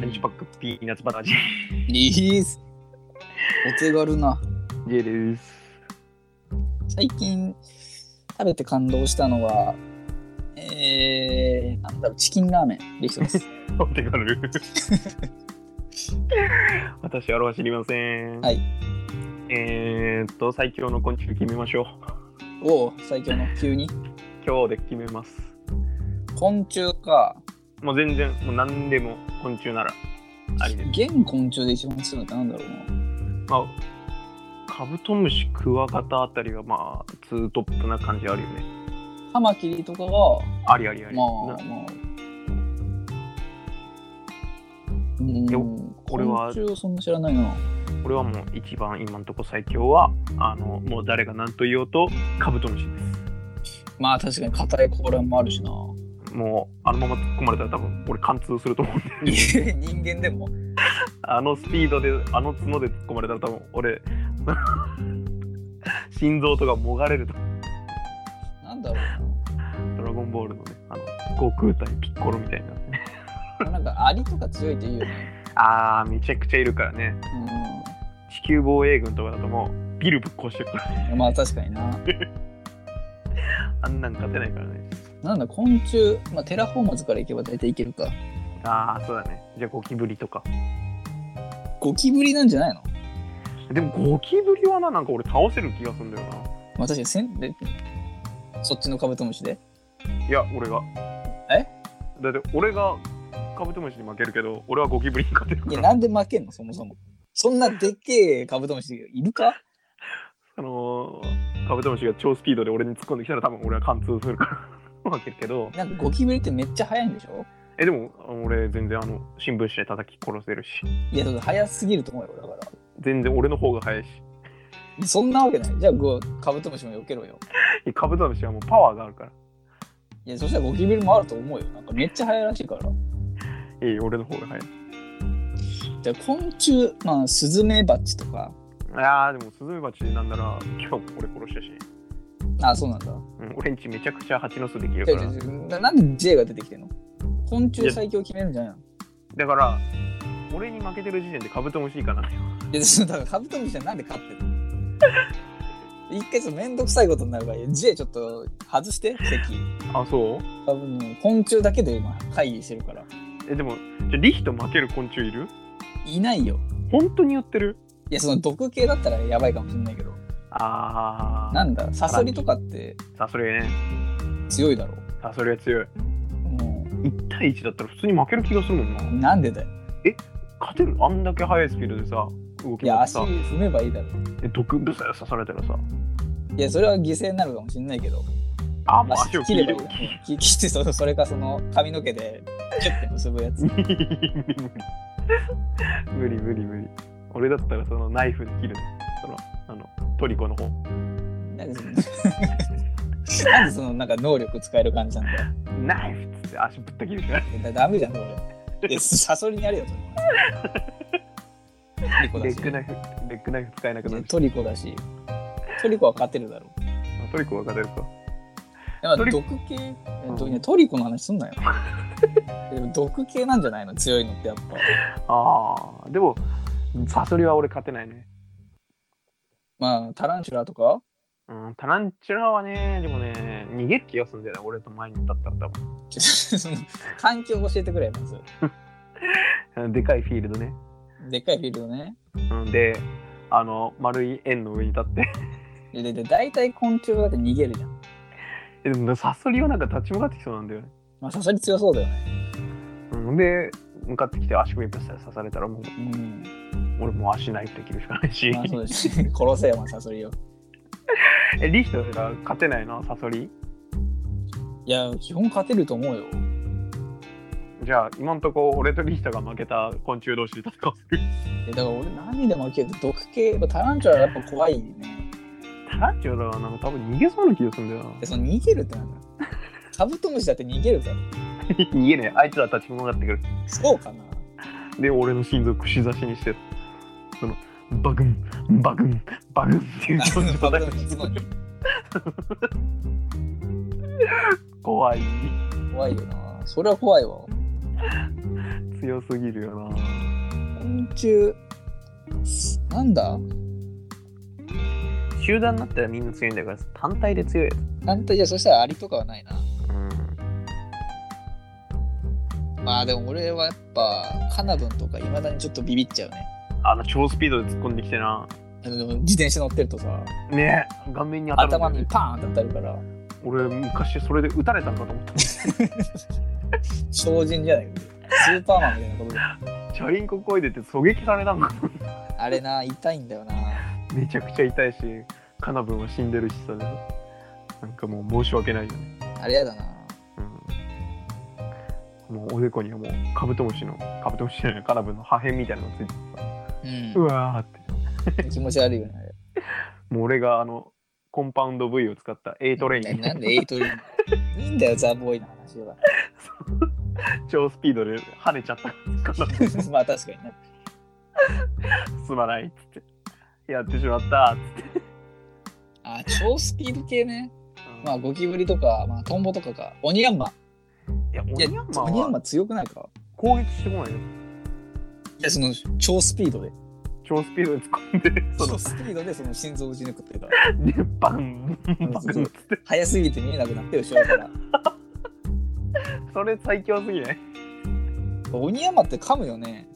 ランチパックピーナッツバター味。リースお手軽な。 J です。最近食べて感動したのは、えー、なんだろう、チキンラーメンでき てます。お手 軽。私、アロハ知りません。はい。えーっと、最強の昆虫決めましょう。おお、最強の急に。今日で決めます。昆虫か。もう全然、もう何でも昆虫ならありです。現昆虫で一番強いのってなんだろうな。まあ、カブトムシ、クワガタあたりが、まあ、ツートップな感じあるよね。カマキリとかは、ありありあり。まなあまあ。うーん、俺は昆虫をそんな知らないな。これはもう一番今のとこ最強は、あの、もう誰が何と言おうと、カブトムシです。まあ確かに硬い甲羅もある しな。もうあのまま突っ込まれたら多分俺貫通すると思うん で人間でも。あのスピードであの角で突っ込まれたら多分俺 心臓とかもがれるとなんだろうドラゴンボールのねあの悟空対ピッコロみたいなな。なんかアリとか強いって言うよね。あーめちゃくちゃいるからねうん。地球防衛軍とかだともうビルぶっ壊してるからねまあ確かにな。あんなん勝てないからねなんだ昆虫、まあ、テラフォーマーズから行けば大体いけるか。ああそうだねじゃあゴキブリとかゴキブリなんじゃないのでもゴキブリはななんか俺倒せる気がするんだよまあ確かにせんでそっちのカブトムシで。ないや俺がえだって俺がカブトムシに負けるけど俺はゴキブリに勝てるかいらや、なんで負けんのそもそも。そんなでっけえカブトムシいるかあのーカブトムシが超スピードで俺に突っ込んできたら多分俺は貫通するから 負けるけどなんかゴキブリってめっちゃ速いんでしょえでも俺全然あの新聞紙で叩き殺せるしいや、だから速すぎると思うよ、だか全然俺の方が速いしら。そんなわけない。じゃあゴカブトムシも避けろよ。えカブトムシはもうパワーがあるからいや、そしたらゴキブリもあると思うよ。なんかめっちゃ速いらしいから。ええ俺の方が速いじゃあ昆虫、まあスズメバチとか。あーでもスズメバチなんなら今日も俺殺したし、あ、そうなんだ。うん、俺んちめちゃくちゃ蜂の巣できるじかゃあじらゃあじゃあななんで J が出てきてんの昆虫最強決めるんじゃないのだから俺に負けてる時点でカブトムシいかないや、そのだからカブトムシはなんで勝ってるの 一回ちょっとめんどくさいことになるから、J ちょっと外して、席。あそう多分、昆虫だけで今、会議してるから。えでもじゃあリヒと負ける昆虫いるいないよ。本当に言ってるいや、その毒系だったらやばいかもしんないけど。あなんだ、サソリとかってあさそれね強いだろ。さそれは強いうも1対1だったら普通に負ける気がするもんなう、なんでだよ。勝てるあんだけ速いスピードでさ動きいや、も足さ踏めばいいだろ。え毒ぶさ刺されたらさいや、それは犠牲になるかもしんないけど。あもう足を切切れればるいいだろ。切切ってその、それかその髪の毛で、キュッて結ぶやつ。無理 無理無理無理無理俺だったらそのナイフで切るそのあのトリコの方なんでそのなんでそのなんか能力使える感じなんだよ。ナイフっつって足ぶった切るじゃないだダメじゃん、それ。で、サソリにやるよ、それ。トリコレだッグし。ナイフレッグナイフ使えなくなるしトリコだし。トリコは勝てるだろう。あトリコは勝てるかやっトぱリコ毒系、えどねトリコの話すんなよ。でも毒系なんじゃないの強いのってやっぱ。あーでもサソリは俺勝てないねまあ、タランチュラとかうんタランチュラはねでもね逃げる気がするんだよね俺と前に立ったら多ちょその環境を教えてくれ、まず。分でかいフィールドねでっかいフィールドね。うん、であの丸い円の上に立って で、で、で大体昆虫だって逃げるじゃん。でもサソリはなんか立ち向かってきそうなんだよね、まあ、サソリ強そうだよね。うん、で向かってきて足首ぶっ刺されたらもううん。俺もう足ないって切るしかないし、 まあ、そうです。殺せよ、まあ、サソリを。えリヒトが勝てないのサソリいや、基本勝てると思うよ。じゃあ今んとこ俺とリヒトが負けた昆虫同士で戦おうえだから俺何でも負ける毒系やっぱタランチュラはやっぱ怖いねタランチュラは なんか多分逃げそうな気がするんだよな でその逃げるってなんだカブトムシだって逃げるから逃げねえあいつら立ち向かってくるそうかなで俺の心臓串刺しにしてそのバグンバグンバグンっていう 状カブ態トムシすごい怖い怖いよなそれは怖いわ強すぎるよ昆虫なんだな集団になったらみんな強いんだから単体で強いやつなんとじゃあそしたらアリとかはないなうんまあでも俺はやっぱカナブンとかいまだにちょっとビビっちゃうねあの超スピードで突っ込んできてなあのでも自転車乗ってるとさねえ顔面に当たるんだ頭よねにパーンって当たるから俺昔それで撃たれたんだと思った超人じゃないけどスーパーマンみたいなことでチャリンコこいでて狙撃されたんかあれな痛いんだよな めちゃくちゃ痛いしカナブンは死んでるしさなんかもう申し訳ないよね、あれやだなうん、もうおでこにはもうカブトムシのカブトムシじゃないカナブンの破片みたいなのついててさううわーってん気持ち悪いよねあれもう俺があのコンパウンド V を使った8トレ インななんでエイトリンいいんだよザ・ボーイの話は 超スピードで跳ねちゃったカナブンまあ確かにねすまないっつってやってしまったっつって、あ超スピード系ねうんまあゴキブリとか、まあ、トンボとかかオニヤンマいやオいやニヤンマオニヤンマは強くないか攻撃してこないよいやその超スピードで超スピードで突っ込んでその超スピードでその心臓を打ち抜くっていうかでバンバンそうつって速すぎて見えなくなってるしょうから それ最強すぎないオニヤンマって噛むよね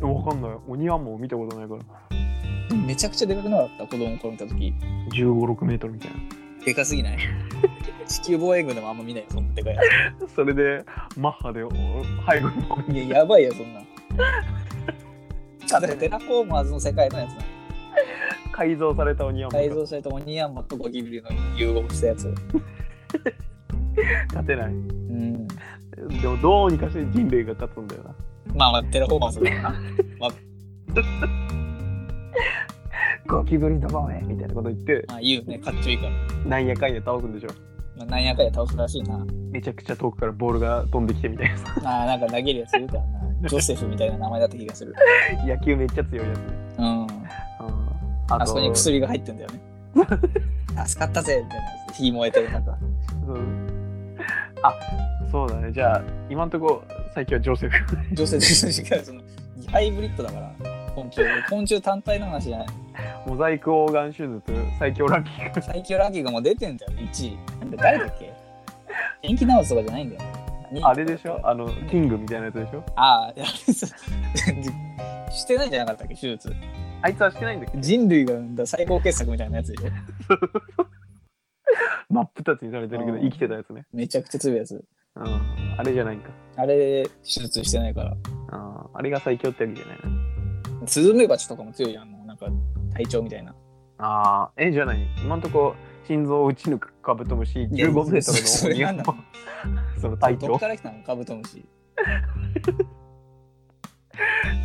わかんない鬼はもう見たことないからでもめちゃくちゃでかくなかった子供の頃見た時1 5 6メートルみたいな でかすぎない地球防衛軍でもあんま見ないよそんなでかいやそれでマッハでお背後にこついややばいよそんなだからテラフォーマーズの世界のやつなのう改造された鬼はも改う造されたオニヤンマとゴキブリの融合したやつ勝てないうんでもどうにかして人類が勝つんだよなまあまあテラフォーマーズだからなゴキブリの防衛みたいなこと言ってまあ言うねかっちょいいから、なんやかんや倒すんでしょまあ、なんやかんや倒すらしいなめちゃくちゃ遠くからボールが飛んできてみたいなさまあなんか投げるやついるからなジョセフみたいな名前だった気がする 野球めっちゃ強いやつねうんうんあそこにそう薬が入ってんだよね助かったぜみたいなやつ火燃えてるなんかあそうだねじゃあ今んとこ最強はジョセフ女性と一緒にしかそのハイブリッドだから昆虫昆虫単体の話じゃない モザイクオーガン手術最強ランキング最強ラッキーがもう出てんだよ1位なんだ誰だっけ延期直すとかじゃないんだよ二位あれでしょあのキングみたいなやつでしょああいやそうしてないんじゃなかったっけ手術あいつはしてないんだけど人類が生んだ最高傑作みたいなやつでしょ真っ二つにされてるけどうん生きてたやつね、めちゃくちゃ強いやつうん、あれじゃないんかあれ手術してないからああれが最強ってわけじゃないなスズメバチとかも強いじゃんもうなんか体調みたいなあーえじゃあ何今んとこ心臓を打ち抜くカブトムシ15メートルのそ鬼れがなんな その体ど長っから来たのカブトムシ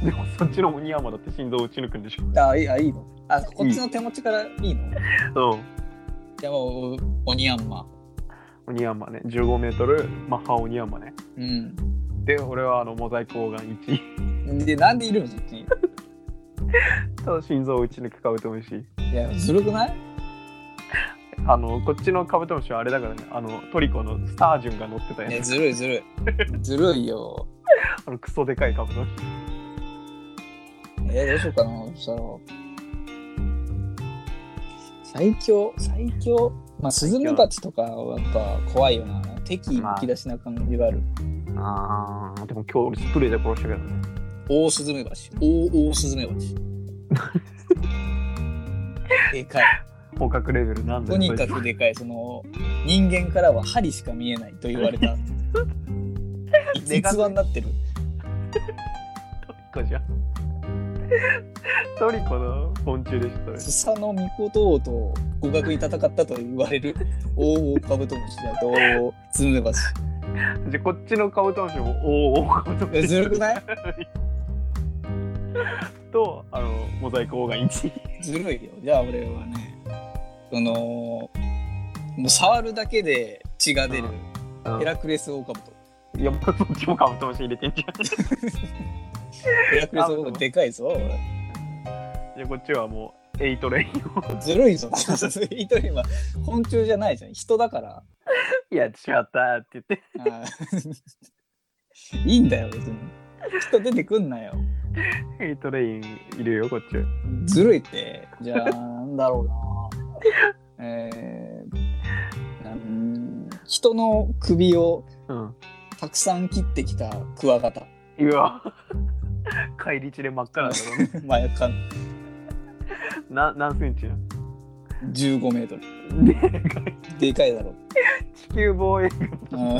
でもそっちの鬼山だって心臓を打ち抜くんでしょあいいあいいのあこっちの手持ちからいいのうんじゃあもう鬼ヤンマ鬼山ね15メートルマッハ鬼山ねうんで俺はあのモザイクオーガン1位で、なんでいるのそっちに。と心臓を打ち抜くカブトムシいや、ずるくないあのこっちのカブトムシはあれだからねあのトリコのスタージュンが乗ってたいや、やつずるいずる い。ずるいよ。あのクソでかいカブトムシえー、どうしようかな、そしたら。最強、最強。まあ、スズメバチとかはやっぱ怖いよな。敵むき出しな感じがある。あーでも今日俺スプレーで殺したけどねオオスズメバチ。オオオオスズメバチ。 でかい。捕獲レベルなんだとよにかくでかい。その、人間からは針しか見えないと言われ た。で逸かす話になってる。トリコじゃんトリコの昆虫でしたねスサノミコトウと互角に戦ったと言われるオオオカブトムシだとオオスズメバチ。じゃあこっちのカブトムシもおおカブトえムシずるくないとあのモザイクオーガン1ずるいよ。じゃあ俺はね、その、もう触るだけで血が出るヘラクレスオオカブト。いやもうそっちもカブトムシ入れてんじゃんじヘラクレスオオカブトでかいぞ。俺ゃあこっちはもうエイトレインをずるいぞ。 イトリンは昆虫じゃないじゃん。人だから。いや違ったって言って あーいいんだよ、別に。人出てくんなよ。エイトレインいるよ、こっち。ずるいって。じゃあ、なんだろ うな。えーなん、人の首をうん。たくさん切ってきたクワガタ。うわ。帰り地で真っ赤なんだろう ね。まあ、やかな何センチな15メートル。のでかいでかいだろう。地球防衛うん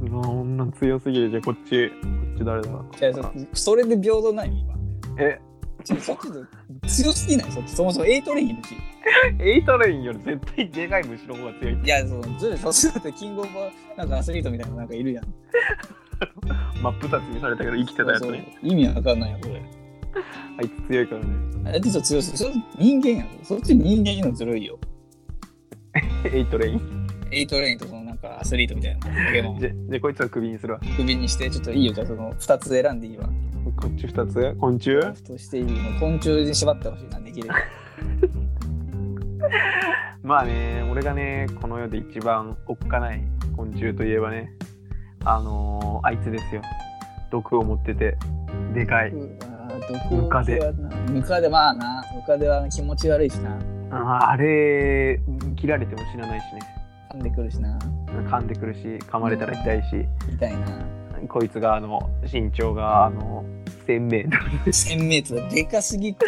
軍の女強すぎるじゃあこっちこっち誰だじゃあそそれで平等ない今。えちょそっちで強すぎないそっちそもそもエイトレインいるし。エイトレインより絶対でかい虫の方が強いいや、そのずるい、さすがってキングオブなんかアスリートみたいななんかいるやん。真っ二つにされたけど生きてたやつねそうそう意味わかんないよ、これ。あいつ強いからねあれってちょっと強すぎそれ人間やん。そっち人間のずるいよ。エイトレインエイトレインとそのなんかアスリートみたいなポケモンじゃじゃあこいつはクビにするわクビにしてちょっといいよじゃあその2つ選んでいいわこっち二つ昆虫ラフトしていいの昆虫に縛ってほしいなできればまあね俺がねこの世で一番おっかない昆虫といえばねあのー、あいつですよ毒を持っててでかいうわームカデ毒はなムカデまあなムカデは気持ち悪いしなあーあれ切られても死なないしね噛んでくるしな噛んでくるし噛まれたら痛いし痛いなこいつがあの身長があの1000メートル1000メートルでかすぎて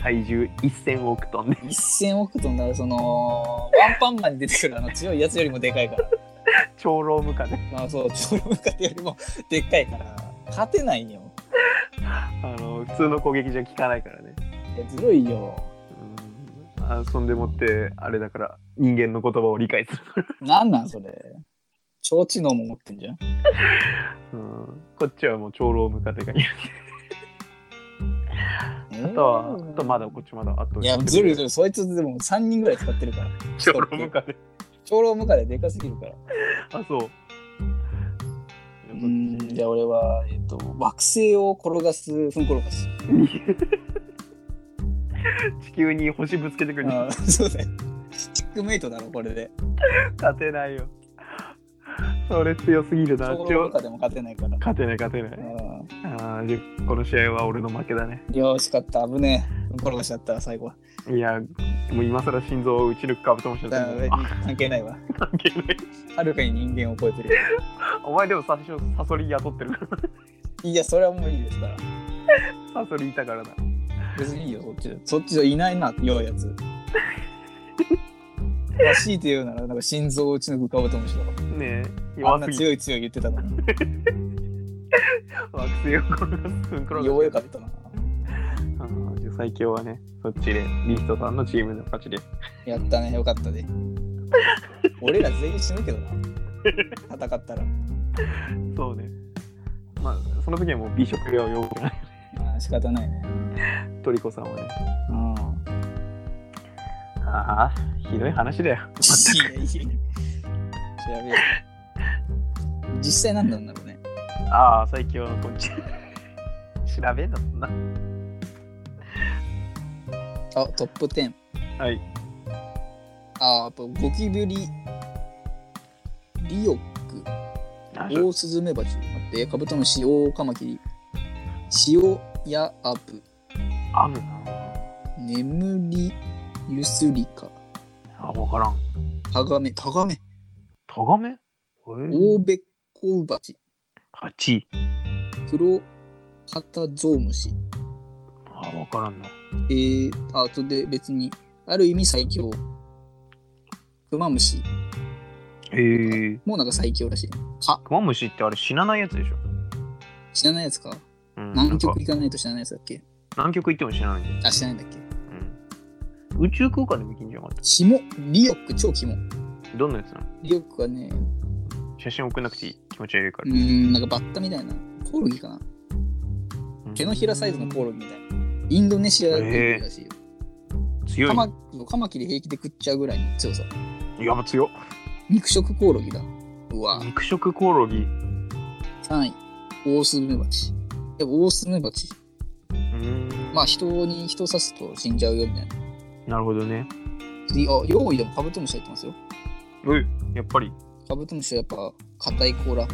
体重1000億トンで1000億トンだろそのワンパンマンに出てくるあの強いやつよりもでかいから長老無かねまあそう強いムカデよりもでっかいから勝てないよあの普通の攻撃じゃ効かないからねいやずるいようんあそんでもってあれだから人間の言葉を理解する、なんなんそれ超知能も持ってんじゃんうん、こっちはもう長老無かてがいるあとはあとまだこっちまだあといや、ずるいずるい、そいつでも3人ぐらい使ってるから。 長老無かで長老無かででかすぎるから。あそううーん、じゃあ俺は、えっと、惑星を転がす、ふん転がす。地球に星ぶつけてくるあー そうだよ。チックメイトだろ、これで。勝てないよそれ強すぎるな長ち老無ょかでも勝てないから。勝てない勝てないああーじゃあこの試合は俺の負けだねーよーし、勝った。危ねえ。ふん転がしちゃった、最後は。いやもう今更心臓を打ち抜くカブトムシだだかと思うらあ関係ないわ。関係ないはるかに人間を超えてる。お前でも最初サソリ雇ってるからいや、それはもういいですから。サソリいたからだ別にいいよ、そっちで。そっちじゃいないな、弱いやつ。 まあ、強いて言うなら、なんか心臓を打ち抜くカブトムシだろ。ねえあん弱なすぎ強い強い言ってたのに。惑星を転がすうん転がす弱かったな。あのじゃあ最強はねそっちでリストさんのチームの勝ちでやったね、よ かったで。俺ら全員死ぬけどな。戦ったら。そうねまあその時はもう美食が用くないまあ仕方ないね。トリコさんはねうん。ああひどい話だよいやいやいや。調べよう実際なんなんだろうね。ああ最強の昆虫調べんだもんなあ、トップ10。はいあ、やっぱゴキブリ、リオック、オオスズメバチ、待って、カブトムシ、オオカマキリ、シオヤアブ、あるな眠り、ユスリカ、あ分からんタガメ、タガメ、タガメオオベッコウバチ、 8位クロカタゾウムシ。あ分からんなえー、あとで別に、ある意味最強。クマムシへえもうなんか最強らしい。か、クマムシってあれ死なないやつでしょ、死なないやつか。うん南なん極か行かないと死なないやつだっけ南極行っても死なないんだよあ、死なないんだっけうん、宇宙空間でも生きんじゃなかっキモ、リオック、超キモ。たどんなやつなのリオックはね、写真送んなくていい気持ち悪いかうら、ーん、なんかバッタみたいな。コオロギかなうん手のひらサイズのコオロギみたいな。インドネシアでいるらしいよ。強いカねマカマキリ平気で食っちゃうぐらいの強さ。いやば強っ肉食コオロギだ。うわ肉食コオロギ3位、オオスズメバチ。でもオオスズメバチ。うーんまあ人に人刺すと死んじゃうよみたいな。なるほどね次、あ、用意でもカブトムシ入ってますよ。ういやっぱりカブトムシはやっぱ硬い甲羅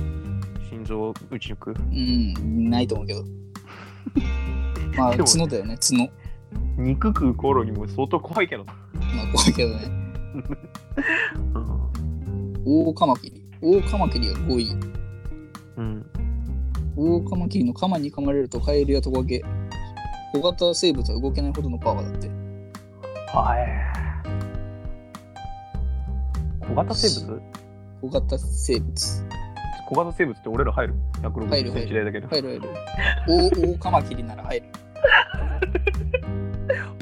心臓打ち抜くうんないと思う けどまあでも角だよね角肉食う頃にも相当怖いけどな、まあ怖いけどねうんオオカマキリオオカマキリが5位うん、オオカマキリのカマに噛まれるとカエルやトカゲ小型生物は動けないほどのパワーだってはい小型生物小型生物小型生物って俺ら入る入る ?160 センチ台だけど。入る入るオオオオカマキリなら入る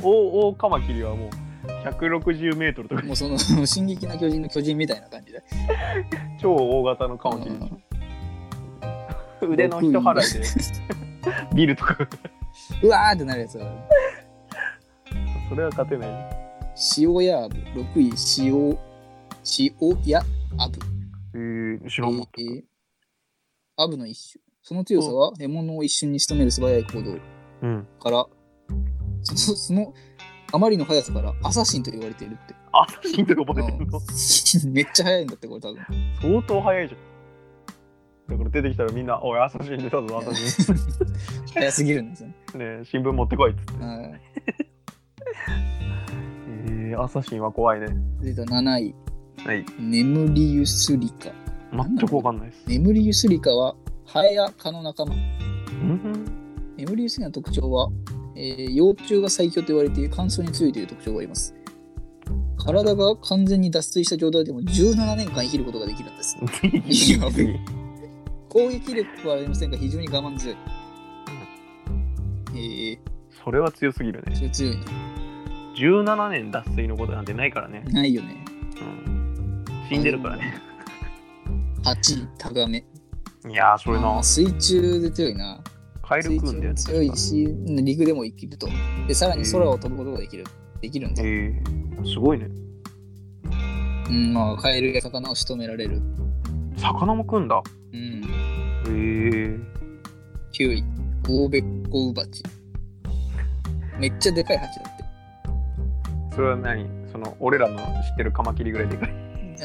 オオカマキリはもう160メートルとか、 もうその 進撃の巨人の巨人みたいな感じで超大型のカマキリ。腕の人払 いでビルとか。うわーってなるやつはそれは勝てない。塩やアブ6位塩塩やアブえー、知らんわえーアブの一種その強さは獲物を一瞬に仕留める素早い行動うん。からそそ そのあまりの速さからアサシンと言われているってアサシンとか覚えてるのうん めっちゃ速いんだってこれ多分相当速いじゃん。だから出てきたらみんな、おい、アサシン出たぞ、アサ シ速すぎるんですよねン。ねえ新聞持ってこいっつって。はえー、アサシンは怖いね。いで7位はい。眠りゆすりか全くわかんないです。眠りゆすりかはハエや蚊の仲間うん 眠りゆすりの特徴は、えー幼虫が最強と言われている乾燥に強いという特徴があります体が完全に脱水した状態でも17年間生きることができるんですやべえ攻撃力はありませんが非常に我慢強いええそれは強すぎるね。それ強いね17年脱水のことなんてないからね。ないよねうん、死んでるからね。 8位タガメいやー、それあーな、水中で強いなカエル水食うんだよ中ね。強いし陸でも生きるとでさらに空を飛ぶことができるできるんだ、えー、すごいね。うんまあカエルや魚を仕留められる魚も食うんだ。うんえー、 9位オオベッコウバチめっちゃでかい蜂だってそれは何その、俺らの知ってるカマキリぐらいでかい。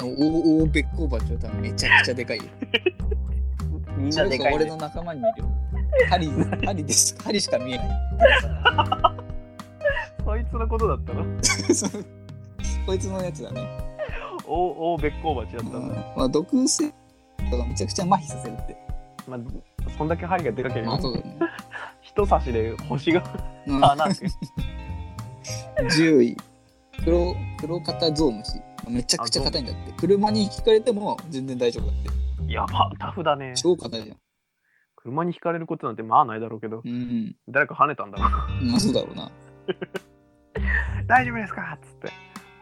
オオベッコウバチは多分めちゃくちゃでかいよみそれこそ俺の仲間にいるよ針 針です針しか見えない そいつのことだったのそうこいつのやつだね。おおべっこうばちだったうんんだ。まあ、毒性とかめちゃくちゃ麻痺させるって。まあ、そんだけ針がでかけれまばあ、、そうだね。人差しで星がうん穴 開く。 10位。黒、黒肩ゾウムシ。めちゃくちゃ硬いんだって。車に引かれても全然大丈夫だって。やば、タフだね。超硬いじゃん。車にひかれることなんてまあないだろうけど、うん。誰か跳ねたんだろう。 まあ、そうだろうな。大丈夫ですかっつって。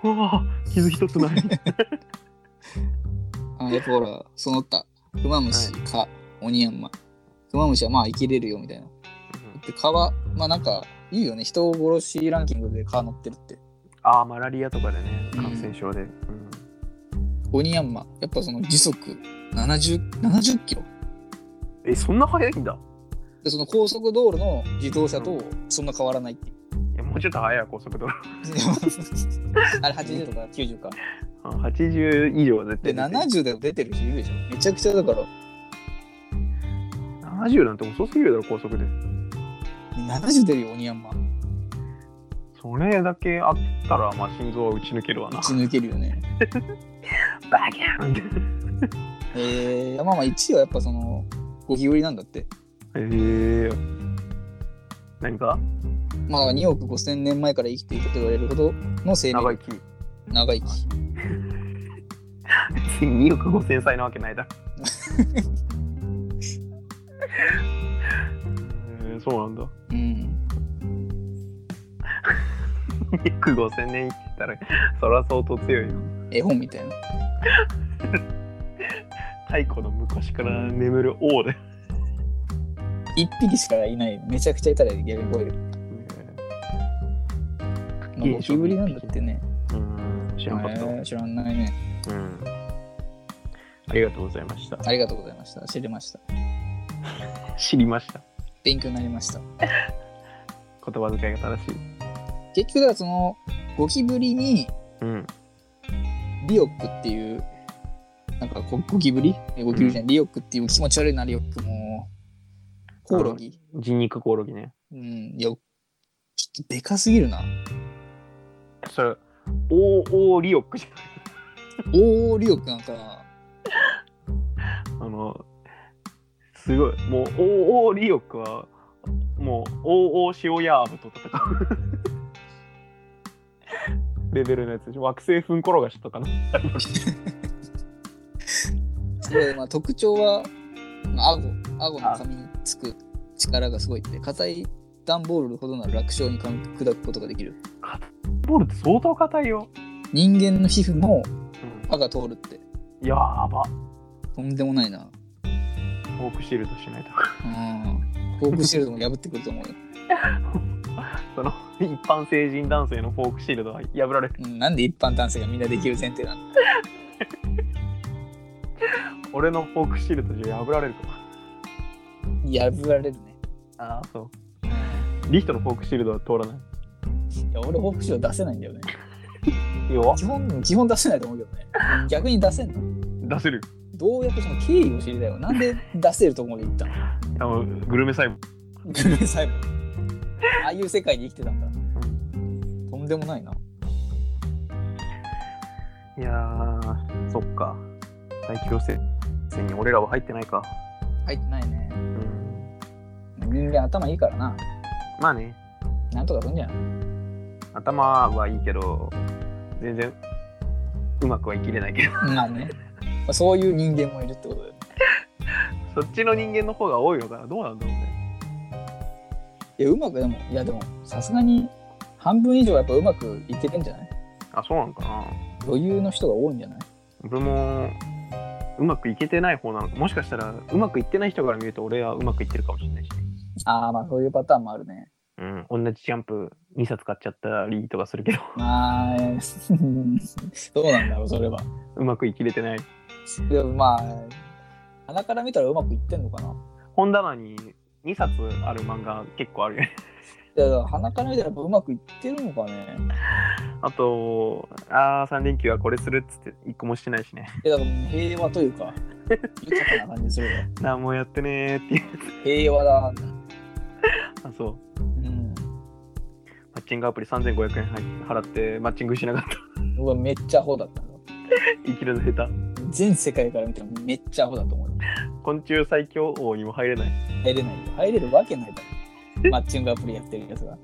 うわ傷一つ ない。あ、やっぱほら、その他。クマムシ、蚊、オニヤンマ。クマムシはまあ生きれるよみたいな。で、蚊は、まあなんか、いいよね。人殺しランキングで蚊乗ってるって。ああ、マラリアとかでね、感染症で。うんオニヤンマ。やっぱその時速70、70キロ。え、そんな早いんだ。でその高速道路の自動車とそんな変わらないっていう。 いやもうちょっと早い、高速道路。あれ80とか90か。うん80以上は絶対出てで、る。 70でも出てる人いるでしょ。めちゃくちゃだから、 70なんて遅すぎるだろ、高速で。 70出るよ、オニヤンマ。それだけあったら、まあ、心臓は打ち抜けるわな打。ち抜けるよ ね。バキャンえー、まあまあ1位はやっぱその、ゴキブリなんだって。えー。何かまあ2億5000年前から生きていたと言われるほどの生命長力生き。長生き。 2億5000歳なわけないだろ。 えーそうなんだ。うん。 2億5000年生きてたら、そら相当強いよ。絵本みたいな。太古の昔から眠る王で。 1匹しかいない。めちゃくちゃいたら逆に超える。まあ、ゴキブリなんだってね。うん、知らなかったわ。えー知らないね。うん。ありがとうございました。ありがとうございました。知りました。知りました。勉強になりました。言葉遣いが正しい。結局だからそのゴキブリにうん。リオックっていうなんかゴゴキブリえゴキブリじゃない、リオックっていう気持ち悪いな、リオックも。コオロギ人肉コオロギね。うん、いや、ちょっとでかすぎ るな。それ、オーオーリオックじゃないおー、リオックなんかな。あの、すごい。もう、オーオーリオックは、もう、オーオー塩ヤーブと戦 う。レベルのやつでしょ惑星踏ん転がしとかの。すごい、まあ、特徴は、まあ、顎顎の髪につく力がすごいって、硬い段ボールほどなら楽勝にかん砕くことができる。ボールって相当硬いよ。人間の皮膚もう歯が通るって、ん、やーば。とんでもないな。フォークシールドしないと。 うん。フォークシールドも破ってくると思うよ。その、一般成人男性のフォークシールドは破られる。うん、なんで一般男性がみんなできる前提なの俺のフォークシールドじゃ破られるかも。破られるね。ああ、そう。リヒトのフォークシールドは通らないや、俺、フォークシールド出せないんだよね。い。よ基本、基本出せないと思うけどね。逆に出せんの出せる。どうやってその経緯を知りたいわ。なんで出せるとこまで行ったのあのグルメ細胞。グルメ細胞。ああいう世界に生きてたんだ。とんでもないな。いやー、そっか。最強戦に俺らは入ってないか。入ってないね。うん。人間頭いいからな。まあね、なんとかすんじゃん。頭はいいけど、全然うまくは生きれないけど。 まあね。まあそういう人間もいるってことだよね。そっちの人間の方が多いのかな。どうなんだろうね。いや、うまくでも、いやでも、さすがに半分以上はやっぱうまくいけてんじゃないあ、そうなんかな。余裕の人が多いんじゃない俺もうまくいけてない方なのか。もしかしたらうまくいってない人から見ると俺はうまくいってるかもしれないし。ああ、まあそういうパターンもあるね。うん、同じジャンプ2冊買っちゃったりとかするけど、まあ、どうなんだろう、それは。うまくいきれてない。でもまあ、鼻から見たらうまくいってんのかな。本棚に2冊ある漫画結構あるよね。いやだから鼻から見たらやっぱうまくいってるのかね。あと、あー、3連休はこれするっつって1個もしてないしね。 いやだからもう平和というか、豊かな感じするわ。何もやってねーっていう。平和だ。あ、そう。うん。マッチングアプリ3500円払ってマッチングしなかった。 うわ、めっちゃアホだったの。生きるの下手。全世界から見てもめっちゃアホだと思う。昆虫最強王にも入れない。入れないよ。入れるわけないだろ。マッチングアプリやってるやつが。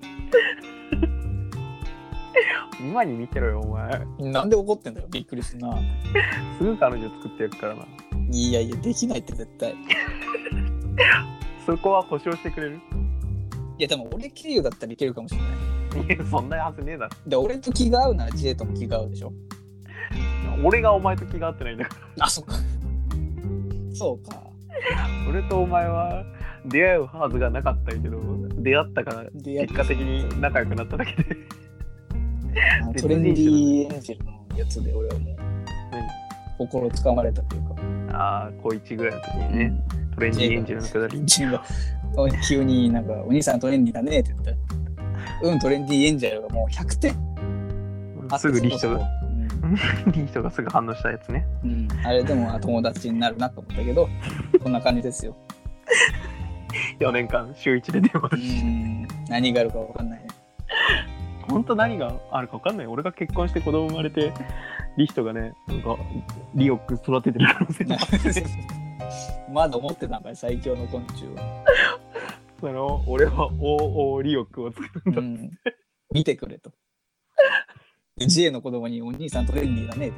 今に見てろよ、お前。なんで怒ってんだよ。びっくりするな。すぐ彼女作ってやるからな。いやいや、できないって絶対。いそこは保証してくれる や、でも俺経由だったらいけるかもしれない。いや、そんなはずねえだろ。で、俺と気が合うならジェイとも気が合うでしょ。俺がお前と気が合ってないんだかあ、そっか。そうか。ら。俺とお前は出会うはずがなかったけど、出会ったからで、やっ結果的に仲良くなっただけで。 ぱトレンディエンジェルのやつで俺はもう、心つかまれたというか。ああ、高一ぐらいの時にね、トレンディエンジェルのくだり。ジェが急になんか、お兄さんトレンディーだねって言って。うん、トレンディエンジェルがもう100点あすぐリヒそトこそが、こうんリヒトがすぐ反応したやつね。うん、あれでもあ友達になるなと思っ たけど、こんな感じですよ。 4年間、週1で電話うしん、何があるかわかんないね。 本当何があるか分かんない。俺が結婚して子供生まれて、リヒトがね、なんか、リオック育ててる可能性もあって、まだ思ってたんかい、最強の昆虫 は。その、俺は OO リオックを作るんうだ。ん、見てくれと。で J の子供にお兄さんトレンディーだねっ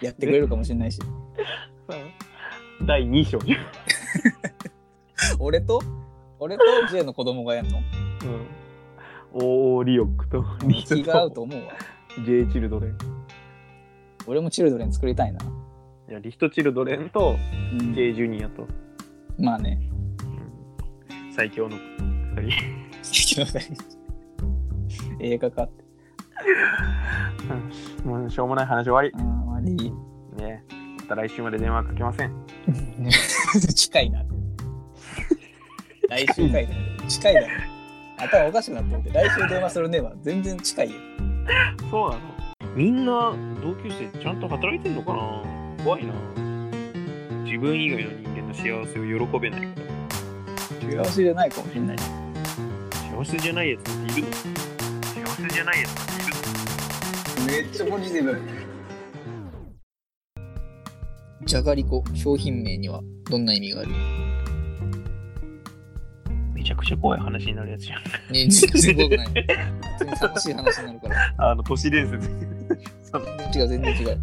てやってくれるかもし れないし、第2章。うん。俺と俺と J の子供がやる の OO リオックとリヒ気が合トうとと思うわ。 J チルドレン。俺もチルドレン作りたいな。いや、リヒトチルドレンとうん J ジュニアと、まあね。 うん最強の二人。 映画化って。もうしょうもない話終わりあ。ー悪 い。ねまた来週まで電話かけません。近いな。来週かいな。近いだろ。頭おかしくなってるって、来週電話するねは全然近いよ。そうなのみんな同級生ちゃんと働いてんのかな怖いな。自分以外の人間の幸せを喜べないから。幸せじゃないかもしれない。幸せじゃないやつなんているの幸せじゃないやつなんているめっちゃポジティブ。じゃがりこ、商品名にはどんな意味があるのめちゃくちゃ怖い話になるやつじゃん。ね全然怖く ない。普通に楽しい話になるから。あの、都市伝説。違う、全然違う。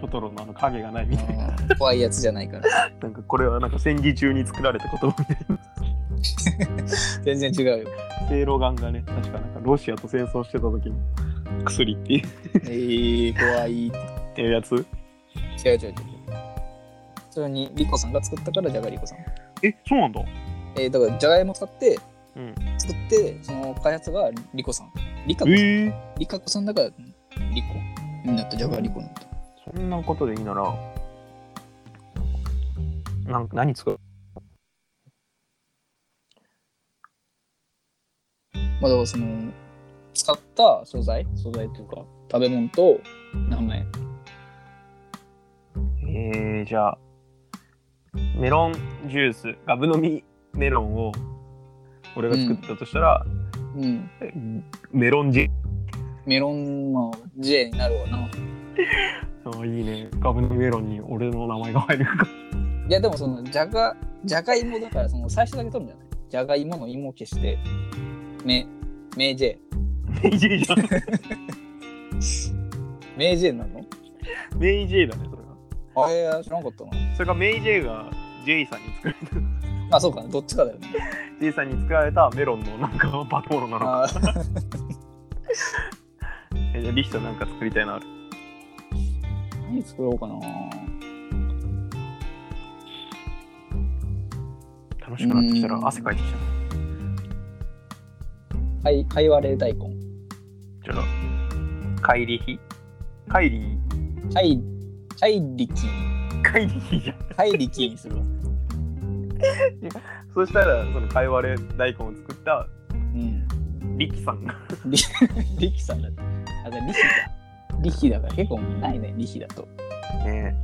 トトロのあの影がないみたいな。うん怖いやつじゃないから。なんかこれはなんか戦時中に作られた言葉みた いな。全然違うよ。セイロガンがね、確かなんかロシアと戦争してた時の薬っていうえー、怖い。違うっていうやつ。違う違う違う。それに、りこさんが作ったから、じゃがりこさん。え、そうなんだ。えー、だから、じゃがいも使って、うん。作って、その開発がりこさん。りかこさん。えー、りかこさんだから、りこになった、じゃがりこになった。そんなことでいいなら、なんか何作るまあ、だからその使った素材素材というか食べ物と名前えー、じゃあ、メロンジュース、ガブ飲みメロンを俺が作ったとしたら、うんメロンジェメロンまあ J になるわなあーいいね。ガブ飲みメロンに俺の名前が入る か。いやでもそのじゃがじゃがいもだからその最初だけ取るんじゃないじゃがいもの芋を消してめめ J メイジェイじゃん。め J なのメイジェイだね、それが。あいや知らなかったなそれがメイジェイがジェイさんに作られた。まあそうかなどっちかだよねジェイさんに作られたメロンのなんか化け物なのか。あーえじゃあリヒトなんか作りたいのある。何作ろうかな楽しくなってきたらうん汗かいてきた。はい貝割れ大根ちょっと、カイリヒカイリ貝貝力カイリヒじゃん。貝力にするわそしたら、その貝割れ大根を作った うんリキさんが。力さんだった。あ、じゃあ力だ。力だから結構ないね、力だと。ね